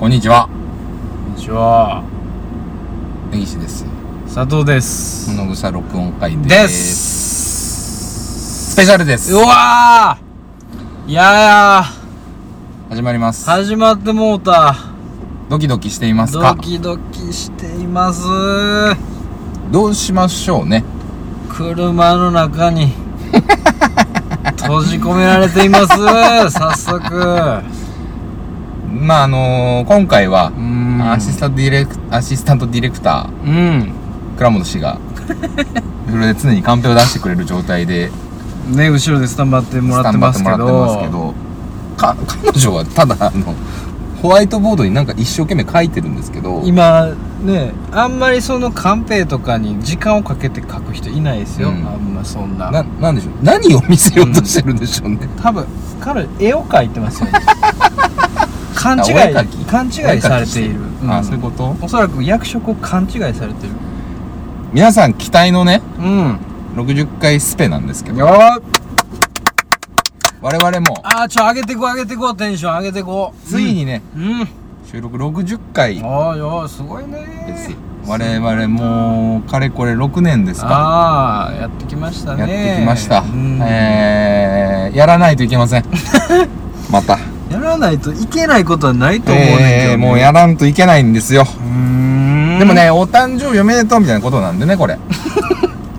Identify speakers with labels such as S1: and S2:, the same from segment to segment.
S1: こんにちは、
S2: こんにちは
S1: 根岸です。
S2: 佐藤です
S1: 物草録音会で。
S2: ですす
S1: スペシャルです
S2: うわーいや
S1: 始まります
S2: ー。始まってもうた
S1: ドキドキしています
S2: ド
S1: か
S2: キドキしています
S1: どうしましょうね。
S2: 車の 中に閉じ込められています早速
S1: まあ、あのー今回は
S2: う、ん
S1: アシスタントディレク、アシスタントディレクタ
S2: うん
S1: ー、倉本氏 が、それで常にカンペを出してくれる状態で、
S2: ね後ろでスタンバってもらってますけど
S1: スタンバってもらってますけど、か、彼女はただ、あの、ホワイトボードになんか一生懸命書いてるんですけど、
S2: 今ねあんまりそのカンペとかに時間をかけて書く人いないですよ、
S1: うん
S2: あんまそんな
S1: な、なんでしょう。何を見せようとしてるんでしょうね。
S2: 多分彼絵を描いてますよ ね勘違
S1: あお絵描き
S2: い勘違いされているうん
S1: あ、そういうこと
S2: おそらく役職を勘違いされてる
S1: 皆さん期待のね、
S2: うん
S1: 60回スペなんですけど、
S2: や
S1: 我々も、
S2: あーちょ上げてこ上げてこテンション上げてこ
S1: ついにね、
S2: うん、うん、
S1: 収録60回
S2: ああよすごいね
S1: ですよ。我々もう、かれこれ6年ですか。
S2: ああやってきましたね
S1: やってきました
S2: うん。
S1: えー、やらないといけません。 また。
S2: やらないといけないことはないと思うねんけどね、
S1: えー、もうやらんといけないんですよ。
S2: うーん
S1: でもね、お誕生日おめでとうみたいなことなんでね、これ。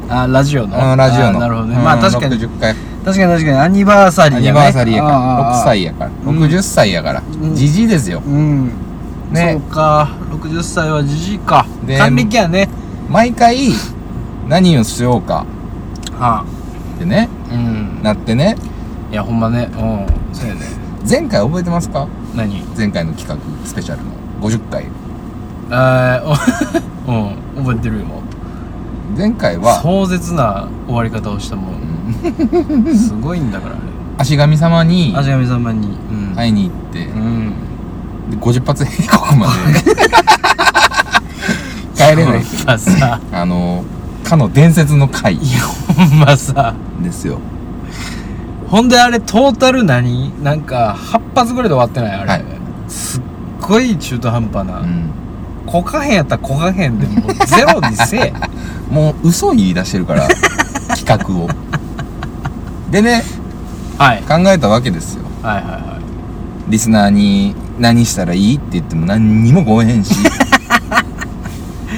S2: あラジオの
S1: あのラジオ
S2: あー
S1: の。
S2: なるほどね
S1: うん
S2: まあ確かに
S1: 60回。
S2: 確かに確かにアニバーサリー
S1: ア
S2: やね
S1: ニバーサリーやか
S2: あー
S1: ら。
S2: あーあー
S1: 6歳やから。60歳やから
S2: ん。
S1: じじいですよ。
S2: うん、
S1: ね
S2: そうか60歳はじじいか
S1: で
S2: 還暦やね
S1: 毎回、何をしようか
S2: はあ
S1: ってね、
S2: うん
S1: なってね。
S2: いやほんまねうんそうやね
S1: 前回覚えてますか
S2: 何え
S1: 前回の企画スペシャルの50回
S2: ー、 おうん覚えてるよ
S1: 前回は
S2: 壮絶な終わり方をしたも ん
S1: うん
S2: すごいんだからあれ
S1: 足神様に
S2: 足神様にうん
S1: 会いに行って
S2: うん
S1: で50発兵国ま で帰れない
S2: ほんま さ
S1: あのかの伝説の回
S2: いやほんまさ
S1: ですよ
S2: ほんであれトータル何なんか8発ぐらいで終わってないあれ、すっごい中途半端な、
S1: うん
S2: こかへんやったらこかへんでもうゼロにせえ
S1: もう嘘言い出してるから企画をでね
S2: はい
S1: 考えたわけですよ
S2: はいはいはい
S1: リスナーに何したらいいって言っても何にも来おへん し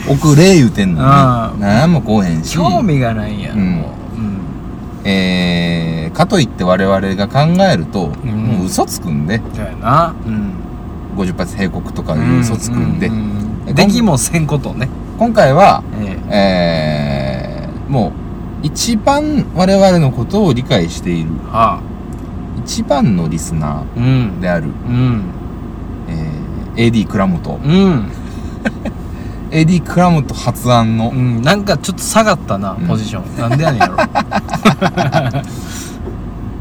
S1: 送れ言うてんのに
S2: あー
S1: 何も来おへんし
S2: 興味がないんや、
S1: うん
S2: もう、うん、
S1: えー、かといって我々が考えると、
S2: ん
S1: もう嘘つくんで
S2: そうやなうん
S1: 50発閉国とかいう嘘つくんで、
S2: う
S1: え
S2: できもせんことをね
S1: 今回は、
S2: え
S1: えー、もう一番我々のことを理解している
S2: えはあ
S1: 一番のリスナ
S2: う
S1: ー
S2: ん
S1: である、
S2: うん
S1: えー、AD 倉本
S2: うん、
S1: AD 倉本発案の
S2: うん、なんかちょっと下がったな、
S1: うん
S2: ポジションなんでやねんやろ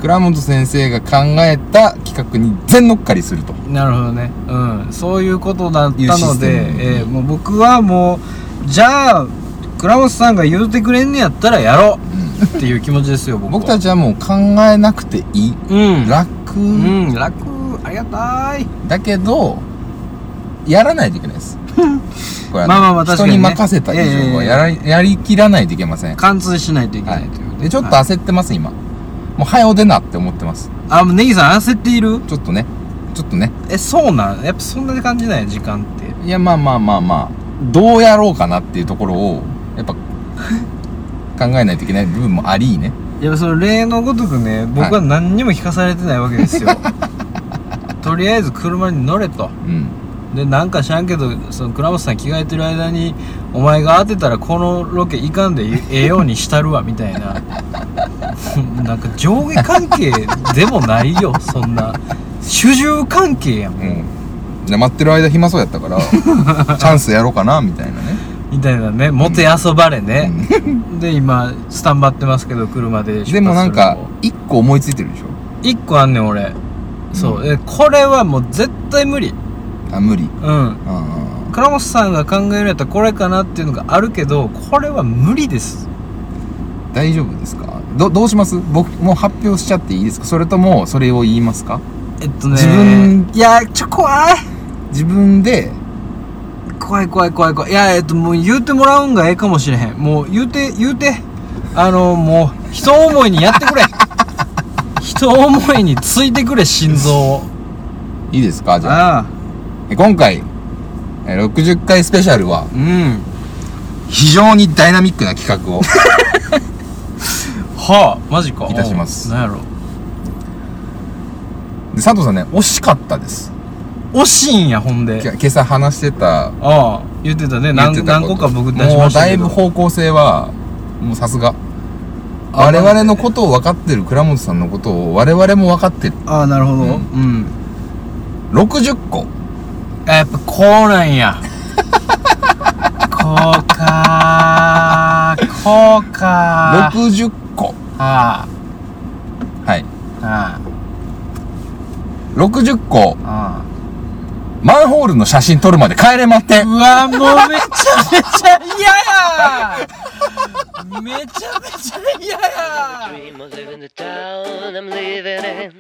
S1: 倉本先生が考えた企画に全乗っかりすると
S2: なるほどねうんそういうことだっ
S1: いう
S2: た
S1: シ
S2: の
S1: ステ
S2: で
S1: ム、
S2: ええもう僕はもうじゃあ倉本さんが言うてくれんねやったらやろうっていう気持ちですよ僕は
S1: 僕たちはもう考えなくていい
S2: うん
S1: 楽、
S2: うん、楽ありがたい
S1: だけどやらないといけないですこれはね
S2: まあまあまあ確かにね
S1: 人に任せた以上はやら、やりきらないといけません、
S2: 貫通しないといけ
S1: は
S2: ないという、
S1: い、でちょっと
S2: はい
S1: 焦ってます、今もう早お出なって思ってます
S2: あもうネギさん焦っている
S1: ちょっとねちょっとね
S2: えそうなんやっぱそんな感じなんや時間って
S1: いやまあまあまあまあどうやろうかなっていうところをや っぱ考えないといけない部分もありね
S2: いやその例のごとくね僕は何にも聞かされてないわけで すよ、とりあえず車に乗れと
S1: うん
S2: でなんか知らんけどその倉本さん着替えてる間にお前が当てたらこのロケ行かんでええようにしたるわみたいな なんか上下関係でもないよそんな主従関係やん
S1: うんで待ってる間暇そうやったから チャンスやろうかなみたいなね
S2: みたいなねもてあそばれね、で今スタンバってますけど車
S1: う
S2: で出発
S1: ん
S2: す
S1: で
S2: るの
S1: もなんか一個思いついてるでしょ
S2: 一個あんねん俺、そうえこれはもう絶対無理
S1: あ無理
S2: うん
S1: あ
S2: 倉本さんが考えるんやったらこれかなっていうのがあるけどこれは無理です
S1: ー大丈夫ですかどどうします僕もう発表しちゃっていいですかそれともそれを言いますか
S2: えっとね
S1: 自分
S2: いやちょ怖い
S1: 自分で
S2: 怖い怖い怖い怖いいやえっともう言うてもらうんがええかもしれへんもう言うて言うてあのもう人思いにやって くれ人思いについてくれ心臓を
S1: いいですかじゃあ
S2: ああ
S1: え今回えー60回スペシャルは
S2: うん
S1: 非常にダイナミックな企 画を
S2: はあマジか
S1: いたします
S2: おうなんやろ
S1: で佐藤さんね惜しかったです
S2: 惜しいんやほんで
S1: き今朝話してた
S2: ああ言ってたね
S1: 言っ
S2: 何
S1: てた
S2: 何
S1: こと
S2: 個か僕出しましたけど
S1: もうだいぶ方向性はもうさすが
S2: あ
S1: 我々のことを分かってる倉本さんのことを我々も分かってる
S2: ああなるほど
S1: う
S2: うんん、
S1: 60個
S2: あやっぱこうな んやこうかーこうかー
S1: 60個
S2: あ
S1: はい
S2: ああ
S1: 60個
S2: あああ
S1: マンホールの写真撮るまで帰れまって
S2: うわ、もうめちゃめちゃ嫌やめちゃめちゃ嫌や
S3: dream of living the town I'm living in.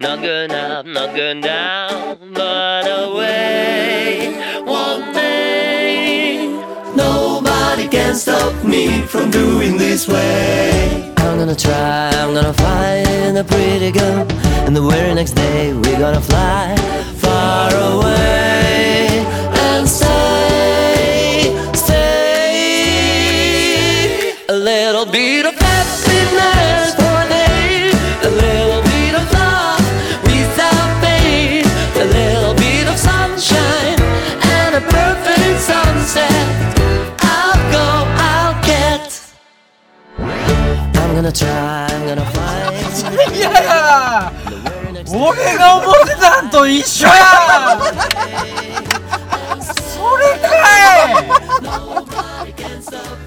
S3: Not good up, not good down, but away. One day, nobody can stop me from doing this way. I'm gonna try, I'm gonna find a pretty girl, and the very next day we're gonna fly far away and stay, stay. A little bit of happiness for a day. A little bit of love without pain. A little bit of sunshine and a perfect sunset. I'll go, I'll get. I'm gonna try, I'm gonna find.
S2: 嫌や俺が思ってたんと一緒やそれかい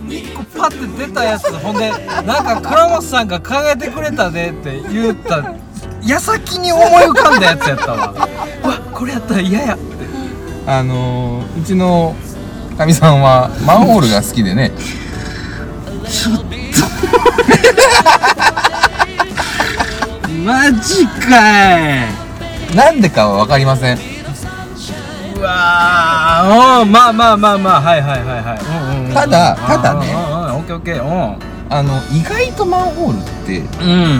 S2: 一個パッて出たやつほんでなんか倉本さんが考えてくれたねって言った矢先に思い浮かんだやつやったわうわこれやったら嫌や
S1: あのー、うちのかみさんはマンホールが好きでね
S2: マジかい
S1: なんでかは分かりません
S2: うわーおうまあまあまあまあはいはいはいはいうんうんうん
S1: ただただね
S2: うんうんうんオッケーオッケー
S1: あの意外とマンホールって
S2: うんうん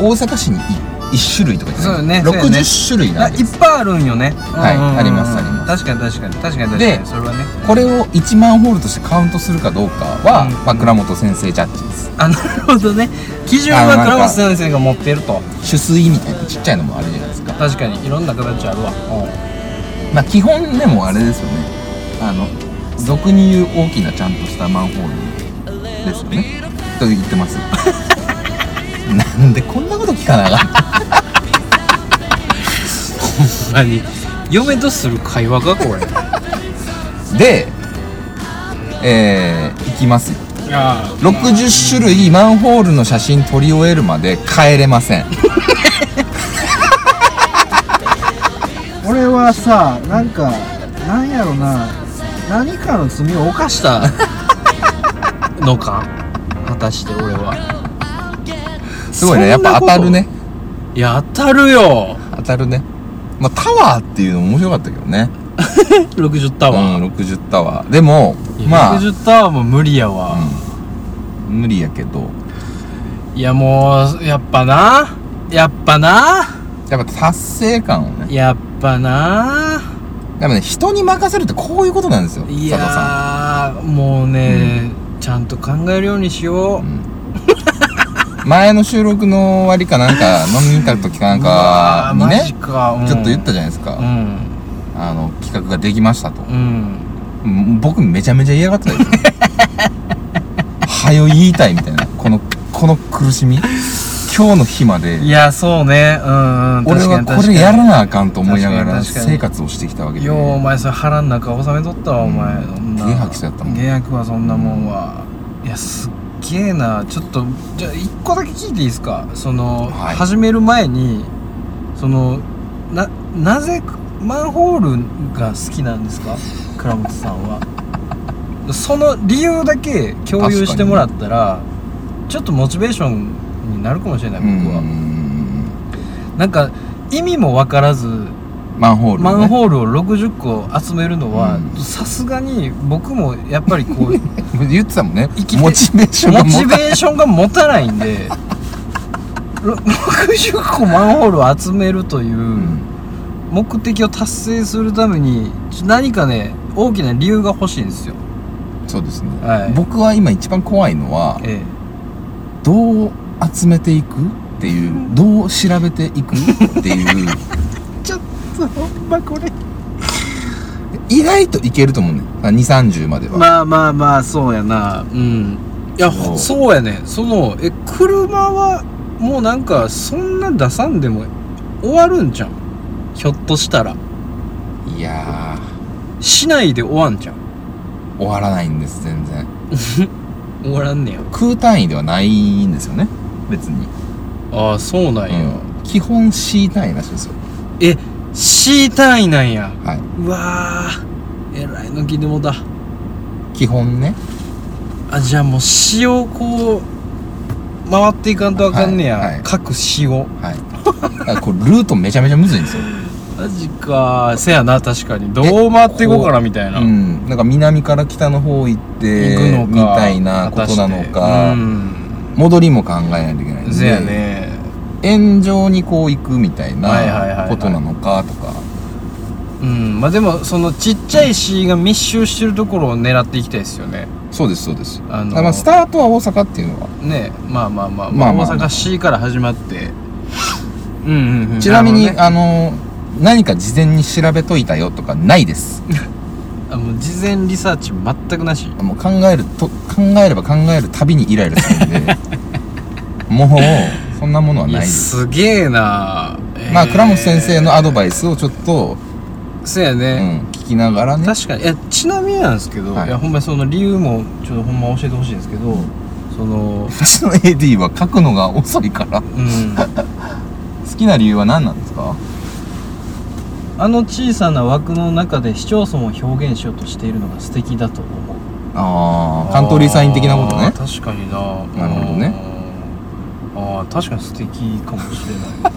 S1: 大阪市に1種類とかじゃない
S2: そうねそうね
S1: 60種類
S2: あ
S1: なんで
S2: い
S1: す
S2: っぱいあるんよね
S1: はい
S2: うんうんうん
S1: ありますありま
S2: 確かに確かに確かに確かに
S1: で
S2: それはね
S1: これを1マンホールとしてカウントするかどうかは、
S2: うん
S1: まあ、倉本先生ジャッジです
S2: あなるほどね基準
S1: あな
S2: は
S1: んか
S2: 倉本先生が持ってると
S1: 取水みたいなちっちゃいのもあるじゃないですか
S2: 確かにいろんな形あるわう
S1: まあ基本でもあれですよねあの俗に言う大きなちゃんとしたマンホールですよねと言ってます なんでこんなこと聞かなあかん
S2: ん何嫁とする会話かこれ
S1: で、えー、いきますよ
S2: あ
S1: 60種類マンホールの写真撮り終えるまで帰れません
S2: 俺はさなんかなんやろな何かの罪を犯した のか果たして俺は
S1: すごいねやっぱ当たるね
S2: いや当たるよ
S1: 当たるねまあタワーっていうの面白かったけどね
S2: 60タワー、
S1: うん、60タワーでもまあ、う
S2: 60タワーも無理やわ、
S1: ん、無理やけど
S2: いやもうやっぱなやっぱな
S1: やっぱ達成感をね
S2: やっぱな
S1: やっぱね人に任せるってこういうことなんですよ佐
S2: い
S1: 藤さ
S2: やーもうね、ちゃんと考えるようにしよう、
S1: ん、うん、 前の収録の終わりかなんか飲みに行った時かなんか
S2: う
S1: に
S2: わー
S1: ね
S2: マジか、うん
S1: ちょっと言ったじゃないですか、
S2: うん
S1: あの企画ができましたと
S2: うん
S1: うん僕めちゃめちゃ嫌がってたよ はよ言いたいみたいなこのこの苦しみ今日の日まで
S2: いやそうねうんうん
S1: 俺
S2: 確か
S1: は
S2: に
S1: こ
S2: 確か
S1: れ
S2: に
S1: やらなあかんと思いながら
S2: 確かに確かに
S1: 生活をしてきたわけで
S2: ようお前それ腹ん中収めとったわお前、
S1: うん
S2: そんな
S1: ゲ吐きそうやったもん
S2: ゲ吐きはそんなもんは、いやすっげえなちょっとじゃあ一個だけ聞いていいですかその、
S1: はい
S2: 始める前にそのななぜマンホールが好きなんですか倉本さんは その理由だけ共有してもらったら、ちょっとモチベーションになるかもしれない
S1: うん
S2: 僕は、なんか意味も分からず
S1: まマンホール、ね、
S2: マンホールを60個集めるのは
S1: う
S2: さすがに僕もやっぱりこう
S1: 言ってたもんね
S2: 生きて
S1: モチベーションが
S2: モ
S1: 持
S2: チ
S1: た
S2: ベーションが持たないんでろ60個マンホールを集めるという
S1: うん
S2: 目的を達成するためにち何かね大きな理由が欲しいんですよ、
S1: そうですね、
S2: はい
S1: 僕は今一番怖いのは
S2: え
S1: どう集めていくっていうどう調べていくって いう
S2: え、ちょっとほんまこれ
S1: 意外といけると思うね2 3 0までは、
S2: まあまあまあそうやなうんいや
S1: そう
S2: そうやねそのえ車はもうなんかそんな出さんでも終わるんじゃんひょっとしたら
S1: いや
S2: 市内で終わんじゃん
S1: ー終わらないんです全然
S2: 終わらんねや
S1: 空単位ではないんですよね別に、
S2: ああそうなん
S1: う
S2: や、
S1: ん、基本 C 単位らしいですよ
S2: え C 単位なんや
S1: はいう
S2: わーえらいの聞いてもうた
S1: 基本ね
S2: あじゃあもう詩をこう回っていかんとあかんねや、
S1: はいはい
S2: 各詩を
S1: はい だからこれルートめちゃめちゃむずいんですよ
S2: マジかせやな確かにどう回っていこうかなみたいな、
S1: うん、なんか南から北の方行って
S2: 行く
S1: み
S2: のか
S1: たいなことなの
S2: 果
S1: か、
S2: たしてうん
S1: 戻りも考えないといけないん
S2: せや
S1: で
S2: ね
S1: 円状にこう行くみたい
S2: はいはいはいは
S1: ないことなのかとか、
S2: うんまあでもそのちっちゃい詩が密集してるところを狙っていきたいですよね
S1: そうですそうです、
S2: あの
S1: まあ、スタートは大阪っていうのは
S2: ねまあまあまあ、
S1: まあまあ
S2: 大阪 C から始まってうんうん、うん、
S1: ちなみに
S2: るほどね
S1: あの何か事前に調べといたよとかないです
S2: あもう事前リサーチ全くなし
S1: もう考えると考えれば考えるたびにイライラするんで もうそんなものはいない
S2: や
S1: です
S2: すげえな
S1: まあ倉本先生のアドバイ
S2: ス
S1: スをちょっと、
S2: そうや
S1: うん
S2: ね、、
S1: 聞きながらね
S2: 確かにいやちなみになんですけど、
S1: はい
S2: い、やほんまにその理由もちょっとほんま教えてほしいんですけどその
S1: うちの AD は書くのが遅いから
S2: うん
S1: 好きな理由は何なんですか
S2: あの小さな枠の中で市町村を表現しようとしているのが素敵だと思う
S1: ああカントリーサイン的なこと
S2: あ
S1: ね
S2: ー確かにな
S1: なるほどね
S2: あーあー確かに素敵かもしれない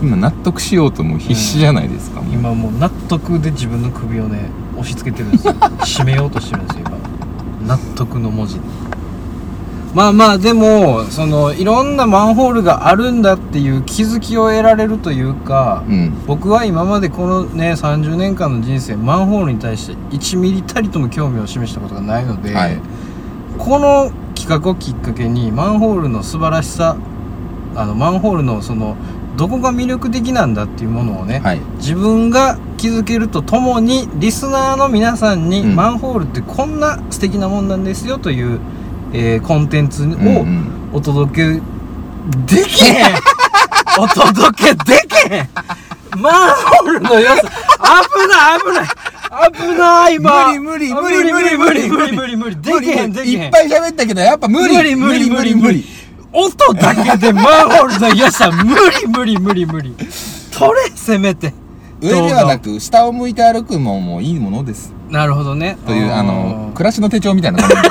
S1: 今納得しようともう必死じゃないですか、もう
S2: 今もう納得で自分の首をね押し付けてるんで すよ締めようとしてるんですよ今納得の文字でまあまあでもそのいろんなマンホールがあるんだっていう気づきを得られるというか、
S1: うん
S2: 僕は今までこのね30年間の人生マンホールに対して1ミリたりとも興味を示したことがないので、
S1: はい
S2: この企画をきっかけにマンホールの素晴らしさあのマンホールのそのどこが魅力的なんだっていうものをね、
S1: はい
S2: 自分が気づけるとともにリスナーの皆さんに、
S1: うん
S2: マンホールってこんな素敵なもんなんですよという、えーコンテンツを
S1: うんうん
S2: お届けで きへんお届けできへんマンホールの良さ危ない危ない危ない今
S1: 無理無理無理無
S2: 無
S1: 理
S2: 理
S1: 無
S2: 無
S1: 理
S2: 理
S1: 無理
S2: 無理無理できへんでき
S1: い
S2: へ
S1: っ
S2: ん
S1: ぱい喋ったけどやっぱ無理
S2: 無理無理無理無理音だけでマンホー ルの良さ無理無理無理無理取れせめて
S1: 上ではなく下を向いて歩くのもいいものです
S2: なるほどね
S1: というあの暮らしの手帳みたいな感じ で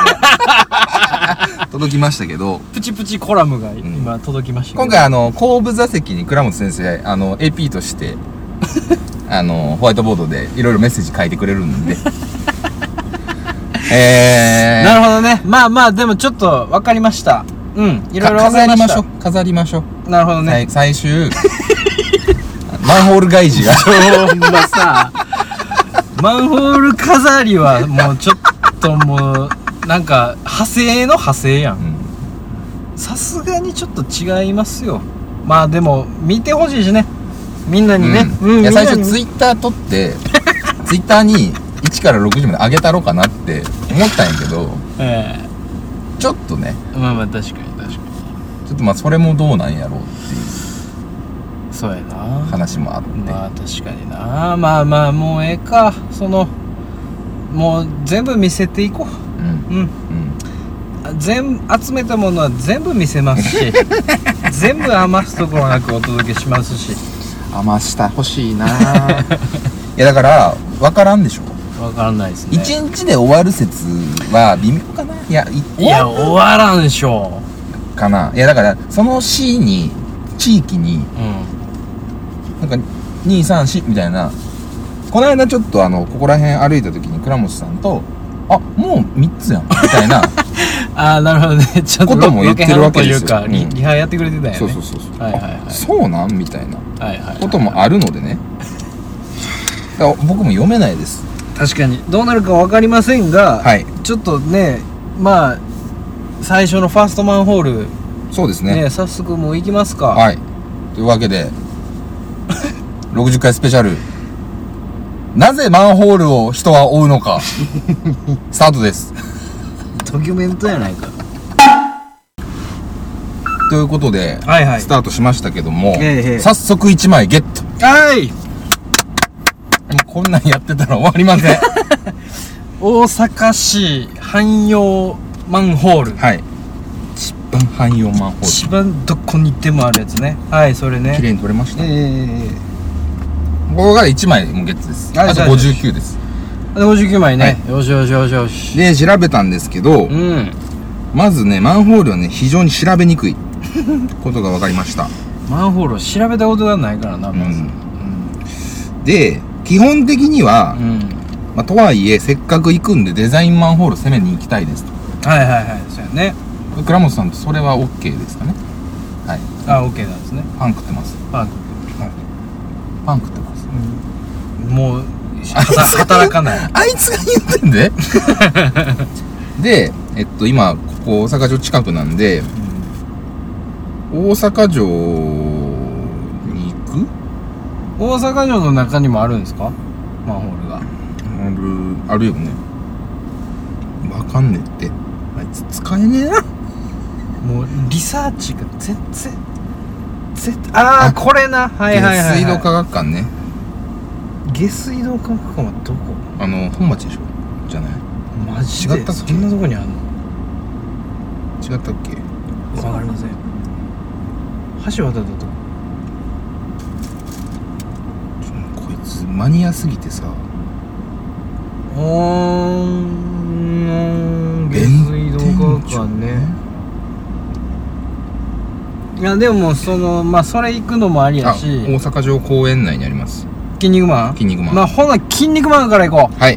S1: 届きましたけど
S2: プチプチコラムが今届きましたけど
S1: 今回あの後部座席に倉本先生あの AP として あのホワイトボードでいろいろメッセージ書いてくれるんで えー、
S2: なるほどねまあまあでもちょっと分かりましたうんいろいろ
S1: か
S2: 分か
S1: 飾
S2: り
S1: り
S2: ま
S1: ま
S2: し
S1: したょう飾りましょう、
S2: なるほどね
S1: さい最終 マンホール外事が
S2: ほんまさマンホール飾りはもうちょっともうなんか派生の派生や
S1: うんん
S2: さすがにちょっと違いますよまあでも見てほしいしねみんなにね、
S1: うんいや最初ツ
S2: イ
S1: イッター撮って ツイッターに1から60まで上げたろうかなって思ったんやけど
S2: え
S1: ちょっとね
S2: えまあまあ確かに確か
S1: ちょっとまあそれもどうなんやろうっていう
S2: にそうやな
S1: 話もあって、
S2: まあ確かになまあまあもうええかそのもう全部見せていこ
S1: うん
S2: ううん
S1: うん
S2: 全集めたものは全部見せます し全部余すところなくお届けしますし
S1: 余した欲しい ないやだから分からんでしょ、
S2: わからないですね
S1: 一日で終わる説は微妙かないやい
S2: いや終わらんでしょ
S1: かないやだからその市に地域に
S2: う、うん、
S1: なんか234みたいなこの間ちょっとあのここら辺歩いた時に倉本さんと「あもう3つやん」みた いな
S2: ああなるほどね ちょっと
S1: ことも言ってるわけですよ
S2: ロケハンというか、リ
S1: うん
S2: リハやってくれてたよね
S1: そうそうそうそう、
S2: はいはいはい
S1: あそうなんみたいな
S2: はいはいはい
S1: こともあるのでねだから僕も読めないです
S2: 確かにどうなるか分かりませんが、
S1: はい
S2: ちょっとねまあ最初のファーストマンホール
S1: そうですね
S2: ね早速もう行きますか、
S1: はいというわけで60回スペシャルなぜマンホールを人は追うの かスタートです
S2: ドキュメントやないか
S1: ということで、
S2: はいはい
S1: スタートしましたけども、
S2: ええええ
S1: 早速1枚ゲット
S2: はい
S1: もうこんなんやってたら終わりま せん
S2: 大阪市汎用マンホール、
S1: はい一番汎用マンホー
S2: 一番どこに行ってもあるやつねはいそれ
S1: ル綺
S2: ね
S1: 麗に取れました、
S2: ええ
S1: ここから1枚もゲットです、
S2: はい
S1: あと
S2: はい
S1: 59です
S2: ええええ59枚ね、よしよしよしよし
S1: で調べたんですけど
S2: うん
S1: まずねマンホールはね非常に調べにくいことが分かりました
S2: マンホールを調べたことがないからなまず
S1: うんで基本的には、
S2: うん、うん
S1: まあ、とはいえせっかく行くんでデザインマンホール攻めに行きたいですと
S2: はいはいはいそうやね
S1: 倉本さんとそれは OK ですかねはい
S2: あ OK なんですね
S1: パン食ってます
S2: パン
S1: パン食ってます
S2: もう働働かない
S1: あいつが言ってん ででえっと今ここ大阪城近くなんで大阪城に行く
S2: 大阪城の中にもあるんですかマンホールが
S1: あるあるよねわかんねえってあいつ使えねえな
S2: もうリサーチが全然絶ああ
S1: あ
S2: これなはいはいはい、はい、
S1: 水道科学館ね
S2: 下水道科学館はどこ
S1: あの本町でしょじゃない
S2: マジで
S1: 違ったっけ
S2: そんなとこにあるの
S1: 違ったっけ
S2: わかりません橋渡ったとこ
S1: こいつマニアすぎてさ
S2: おーん下水道科学館ねいやでもそのまあそれ行くのもありや
S1: あ大
S2: し
S1: 阪城公園内にあります
S2: 筋肉マン
S1: 筋肉マン
S2: まあほな筋肉マンから行こ
S1: はい、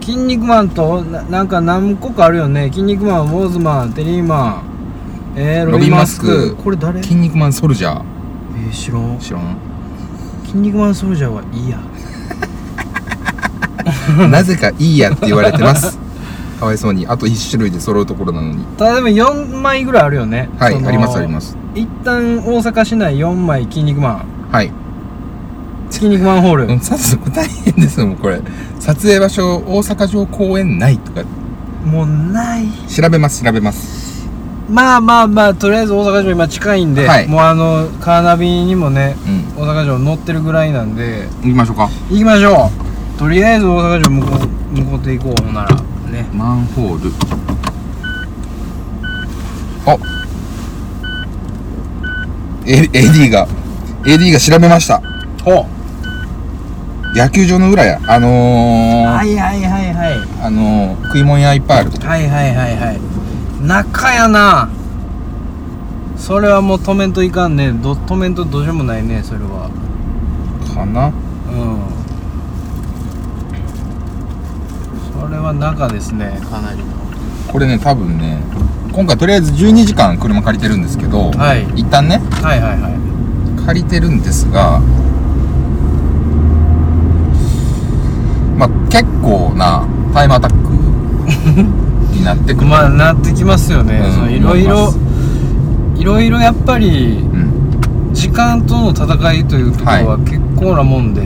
S2: う筋肉マンとななんか何個かあるよね筋肉マンウォーズマンテリーマンえー、ロビンマスク
S1: ロビンマスク
S2: これ誰え
S1: 筋肉マンソルジャー
S2: ー、知らん
S1: 知らん
S2: 筋肉マンソルジャーはいいや
S1: なぜかいいやって言われてます かわいそうにあと1種類で揃うところなのに
S2: ただでも4枚ぐらいあるよね
S1: はいありますありますす
S2: 一旦大阪市内4枚筋肉マン
S1: はい
S2: 筋肉マンホール、
S1: うんさすが大変ですよもうこれ撮影場所大阪城公園内とか
S2: もうない
S1: 調べます調べます
S2: まあまあまあとりあえず大阪城今近いんで、
S1: はい
S2: もうあのカーナビにもね
S1: うん
S2: 大阪城乗ってるぐらいなんで
S1: 行きましょうか
S2: 行きましょうとりあえず大阪城向こう向こうで行こうほんならね
S1: マンホールあえ AD が AD が調べました
S2: ほ
S1: 野球場の裏やあのー
S2: はいはいはいはい
S1: あのー食い物屋いっぱいあるとこ
S2: はいはいはいはい中やなそれはもう止めんといかんねど止めんとどうしようもないねそれは
S1: かな
S2: うんそれは中ですねかなりの
S1: これね多分ね今回とりあえず12時間車借りてるんですけど、
S2: はい
S1: 一旦ね
S2: はいはいはい
S1: 借りてるんですがまあ結構なタイムアタック になってくる、
S2: まあなってきますよね、
S1: うん
S2: そのいろいろ
S1: 思い
S2: いろいろやっぱり
S1: うん、
S2: 時間との戦いというところは結構なもんで、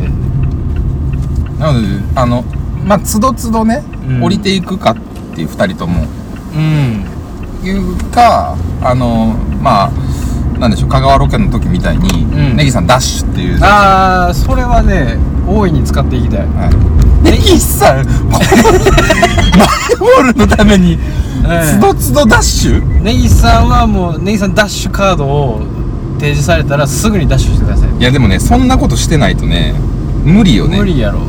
S1: なのであのまあつどつどね、
S2: うん
S1: 降りていくかっていう2人とも
S2: うん
S1: いうかあのまあなんでしょう香川ロケの時みたいに、
S2: うん
S1: ネギさんダッシュっていう
S2: ああそれはね大いに使っていきたい
S1: ネギさんこのマンホールのためにつどつどダッシュ
S2: ネギさんはもうネギさんダッシュカードを提示されたらすぐにダッシュしてください
S1: いやでもねそんなことしてないとね無理よね
S2: 無理やろ、
S1: うん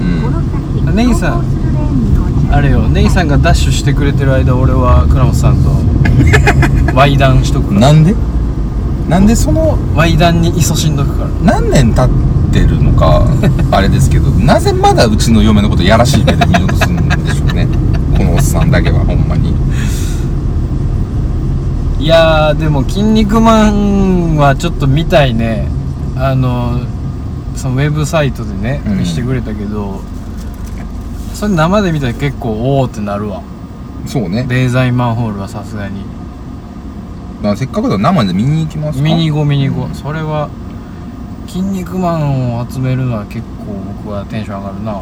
S4: うん、
S2: ネ
S4: ネ
S2: ギ
S4: ギ
S2: さ
S4: さ
S2: ん
S4: ん
S2: あれよネギさんがダッシュしてくれてる間俺は倉本さん とワイダンしとくから
S1: なんでなんでその
S2: ワイダンに勤しんどくから
S1: 何年たっってるの かあれですけどなぜまだうちの嫁のことやらしい目で見ようとするんでしょうねこのおっさんだけはほんまに
S2: いやーでも「筋肉マン」はちょっと見たいねあのそのウェブサイトでね、
S1: うん
S2: してくれたけどそれ生で見たら結構おおってなるわ
S1: そうね
S2: レーザーインマンホールはさすがに
S1: まあせっかくだから生で見に行きますか
S2: ミニゴミニゴ、
S1: うん
S2: それは「筋肉マン」を集めるのは結構僕はテンション上がるな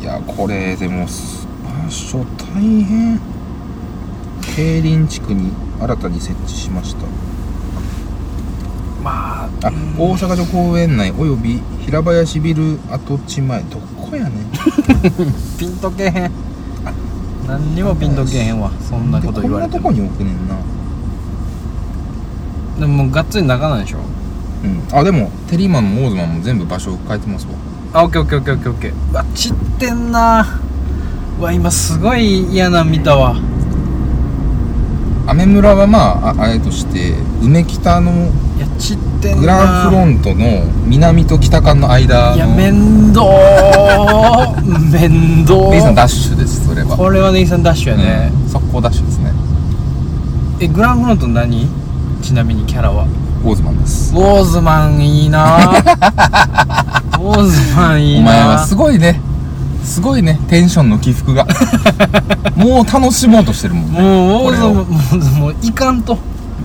S2: い
S1: やこれでもす場所大変競輪地区に新たに設置しました
S2: まあ
S1: あ大阪城公園内および平林ビル跡地前どこやねん
S2: ピンとけへん何にもピンとけへんわそんなこと言われて
S1: でこ
S2: も
S1: んなとこに置くねんな
S2: でももうがっつり中なんでしょ
S1: うんあでもテリーマンもオーズマンも全部場所変えてますわ
S2: あオッケーオッケーオッケーオッケーオッケーうわ散ってんなうわ今すごい嫌なん見たわ
S1: アメ村はまあああれとして梅北の
S2: いや散ってんな
S1: グランフロントの南と北間の間
S2: いや
S1: のベ
S2: 面倒面倒
S1: イスのダッシュですそれは
S2: これはネギさんダッシュやね、
S1: うん速攻ダッシュですね
S2: えグランフロント何ちなみにキャラは
S1: オーズマンです
S2: ウォーズマンいいなウォーズマンいいな
S1: お前はすごいねすごいねテンションの起伏 がもう楽しもうとしてるもんね
S2: もうウォーズマン
S1: これ
S2: も
S1: を
S2: うもういかんと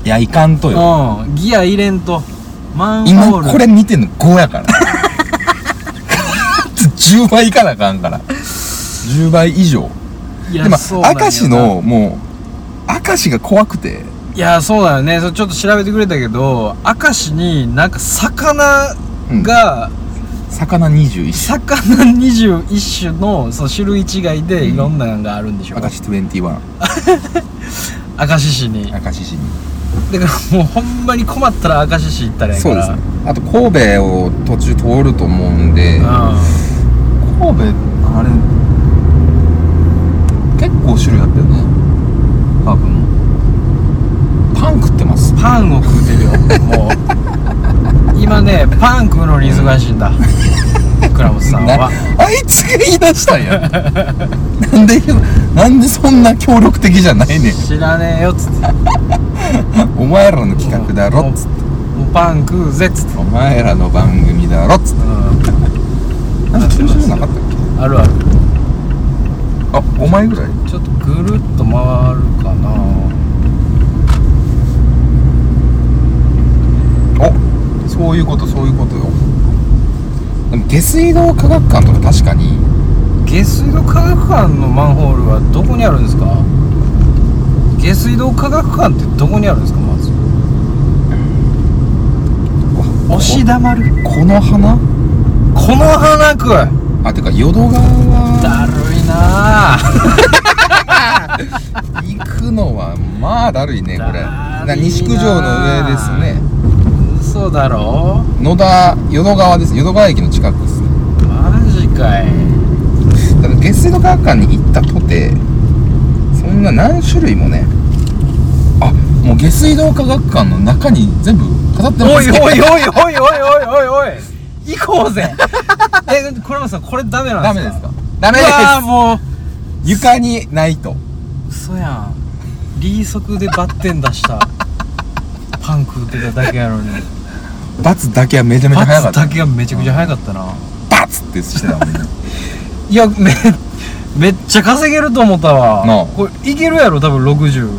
S1: いやいかんとよ
S2: うんギア入れんとマンホー
S1: 今
S2: ル
S1: これ見てんの5やから 10倍いかなあかんから10倍以上
S2: い
S1: で
S2: や
S1: も
S2: そうなんやな
S1: 明石のもう明石が怖くて
S2: いやそうだよねそれちょっと調べてくれたけど明石になんか魚が、
S1: 魚21
S2: 魚21種のその種類違いでいろんなのがあるんでしょ、
S1: 明石21
S2: 明石市にだ
S1: 明石市に
S2: からもうほんまに困ったら明石市行ったらええか
S1: そう
S2: ら
S1: ですねあと神戸を途中通ると思うんで神
S2: う
S1: 戸あれ結構種類あったよね多分パン食ってます
S2: んパンを食うてるよも う今ねパン食うのに忙しいんだ倉本さん
S1: な
S2: は
S1: あいつが言い出したんや なんでなんでそんな協力的じゃない ねん
S2: 知らねえよっつって
S1: お前らの企画だろっつって
S2: もうもうパン食うぜっつって、
S1: お前らの番組だろっつっ
S2: う
S1: てなんかそういうのなかったっ
S2: ん、あるある
S1: けあお前ぐらい
S2: ちょっとぐるっと回るかな
S1: おそういうことそういうことよでも下水道科学館とか確かに
S2: 下水道科学館のマンホールはどこにあるんですか下水道科学館ってどこにあるんですかまず押し黙る
S1: この花
S2: この花区
S1: あてか淀川は
S2: だるいなあ
S1: 行くのはまあだるいねこれ
S2: だるいな
S1: な西九条の上ですね
S2: 嘘だろ
S1: 野田淀川です淀川駅の近くですね
S2: マジかい
S1: ただ下水道科学館に行ったとてそんな何種類もねあもう下水道科学館の中に全部飾ってま
S2: お
S1: す
S2: い
S1: ね
S2: おいおいおいおいおいおいおい行こうぜえこれもさんこれダメな
S1: ダ
S2: んで
S1: メ
S2: す
S1: で
S2: か
S1: すかダメで
S2: うわあ
S1: す
S2: もう
S1: 床にないと
S2: 嘘やんリーソクでバッテン出したパン食うてただけやのに
S1: 罰だけはめちゃめちゃ
S2: バ
S1: 早か
S2: ツ
S1: った
S2: だけがめちゃくちゃ早かったな、
S1: バツってしてたもんね
S2: いやめめっちゃ稼げると思ったわ
S1: なあ
S2: これいけるやろ多分60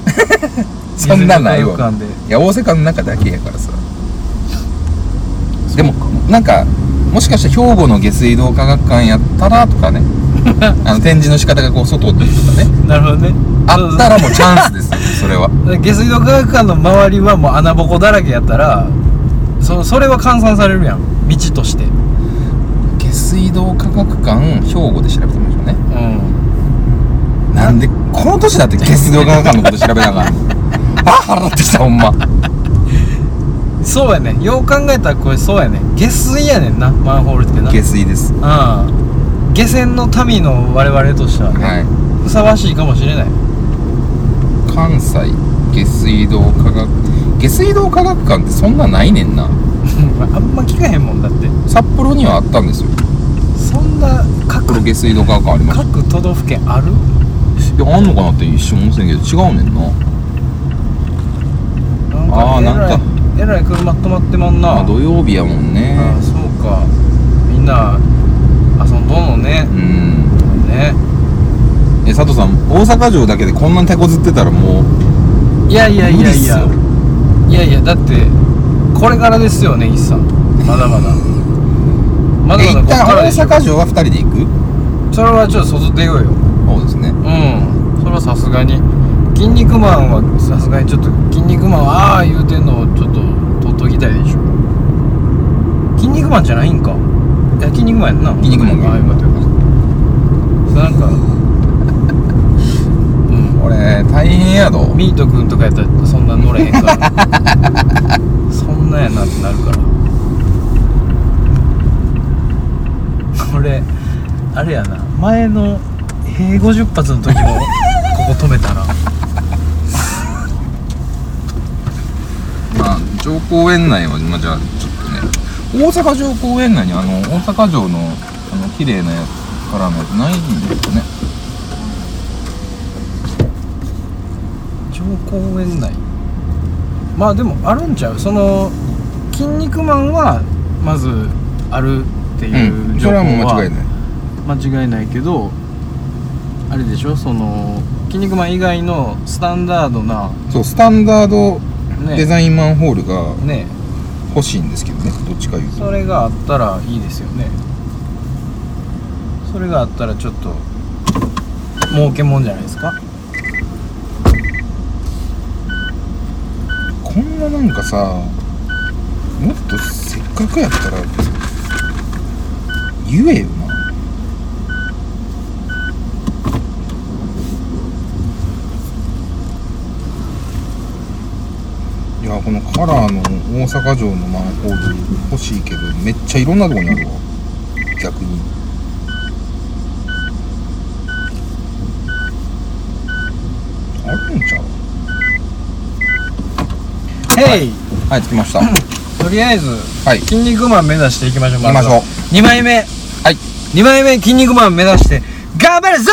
S1: そんなんないわ
S2: 水族館で
S1: いや大阪の中だけやからさでもなんかもしかしたら兵庫の下水道科学館やったらとかねあの展示の仕方がこう外っていうとかね
S2: なるほどね
S1: あったらもうチャンスですよそれは
S2: そうそう下水道科学館の周りはもう穴ぼこだらけやったらそそれは換算されるやん道としてう
S1: 下水道科学館兵庫で調べてみましょうね
S2: ん
S1: なんでこの年だって下水道科学館のこと調べながらあ腹立ってきたほんま
S2: そうやねよう考えたらこれそうやね下水やねんなマンホールってな
S1: 下水です
S2: うん下船の民の我々としてはね、
S1: はい
S2: ふさわしいかもしれない
S1: 関西下水道科学下水道科学館ってそんなないねんな
S2: これあんま聞かへんもんだって
S1: 札幌にはあったんですよ
S2: そんな各
S1: 黒下水道川がありまし
S2: 各都道府県ある
S1: たいやあんのかなって一瞬思ってんけど違うねんな
S2: な
S1: あ
S2: ん
S1: ー
S2: かえ
S1: ないん
S2: ら
S1: か
S2: えらい車止まってまんな
S1: まあ土曜日やもんね
S2: あーそうかみんな遊んどんのね
S1: うん
S2: ね
S1: え佐藤さん大阪城だけでこんなに手こずってたらもう
S2: いやいやいやいや
S1: 無理
S2: いやいやだってこれからですよね一さんまだまだまだ
S1: え
S2: ま
S1: 一
S2: だこっ
S1: 旦
S2: から
S1: 大
S2: でしょ
S1: 阪城は2人で行く
S2: それはちょっと外出ようよ
S1: そうですね
S2: うんそれはさすがに「筋肉マン」はさすがにちょっと「筋肉マンはああ」言うてんのをちょっと取っときたいでしょ「筋肉マン」じゃないんかいや「筋肉マン」やんな
S1: 筋肉マンが
S2: ああよかったよかったなんか うん
S1: これ大変やど
S2: ミート君とかやったらそんな乗れへん からそんなんやなってなるからこれあれやな前の平50発の時もここ止めた ら
S1: まあ城公園内は、まあ、じゃあちょっとね大阪城公園内にあの大阪城のあの綺麗なやつからのやつないんですかね
S2: 上公園内まあでもあるんちゃうその「筋肉マン」はまずあるっていう
S1: そ
S2: 情報
S1: れ
S2: は、
S1: はもう間違いない
S2: 間違いないけどあれでしょその「筋肉マン」以外のスタンダードな
S1: そうスタンダード
S2: ね
S1: デザインマンホールが
S2: ね
S1: 欲しいんですけどねどっちかいうと
S2: それがあったらいいですよねそれがあったらちょっと儲けもんじゃないですか
S1: こんななんかさもっとせっかくやったら言えよな「いやこのカラーの大阪城のマンホール欲しいけどめっちゃいろんなとこにあるわ逆にあるんちゃう
S2: へい
S1: はい着きましたは
S2: とりあえず
S1: い
S2: 筋肉マン目指していきましょう
S1: 行きましょう
S2: 2枚目
S1: はい
S2: 2枚目筋肉マン目指して頑張るぞ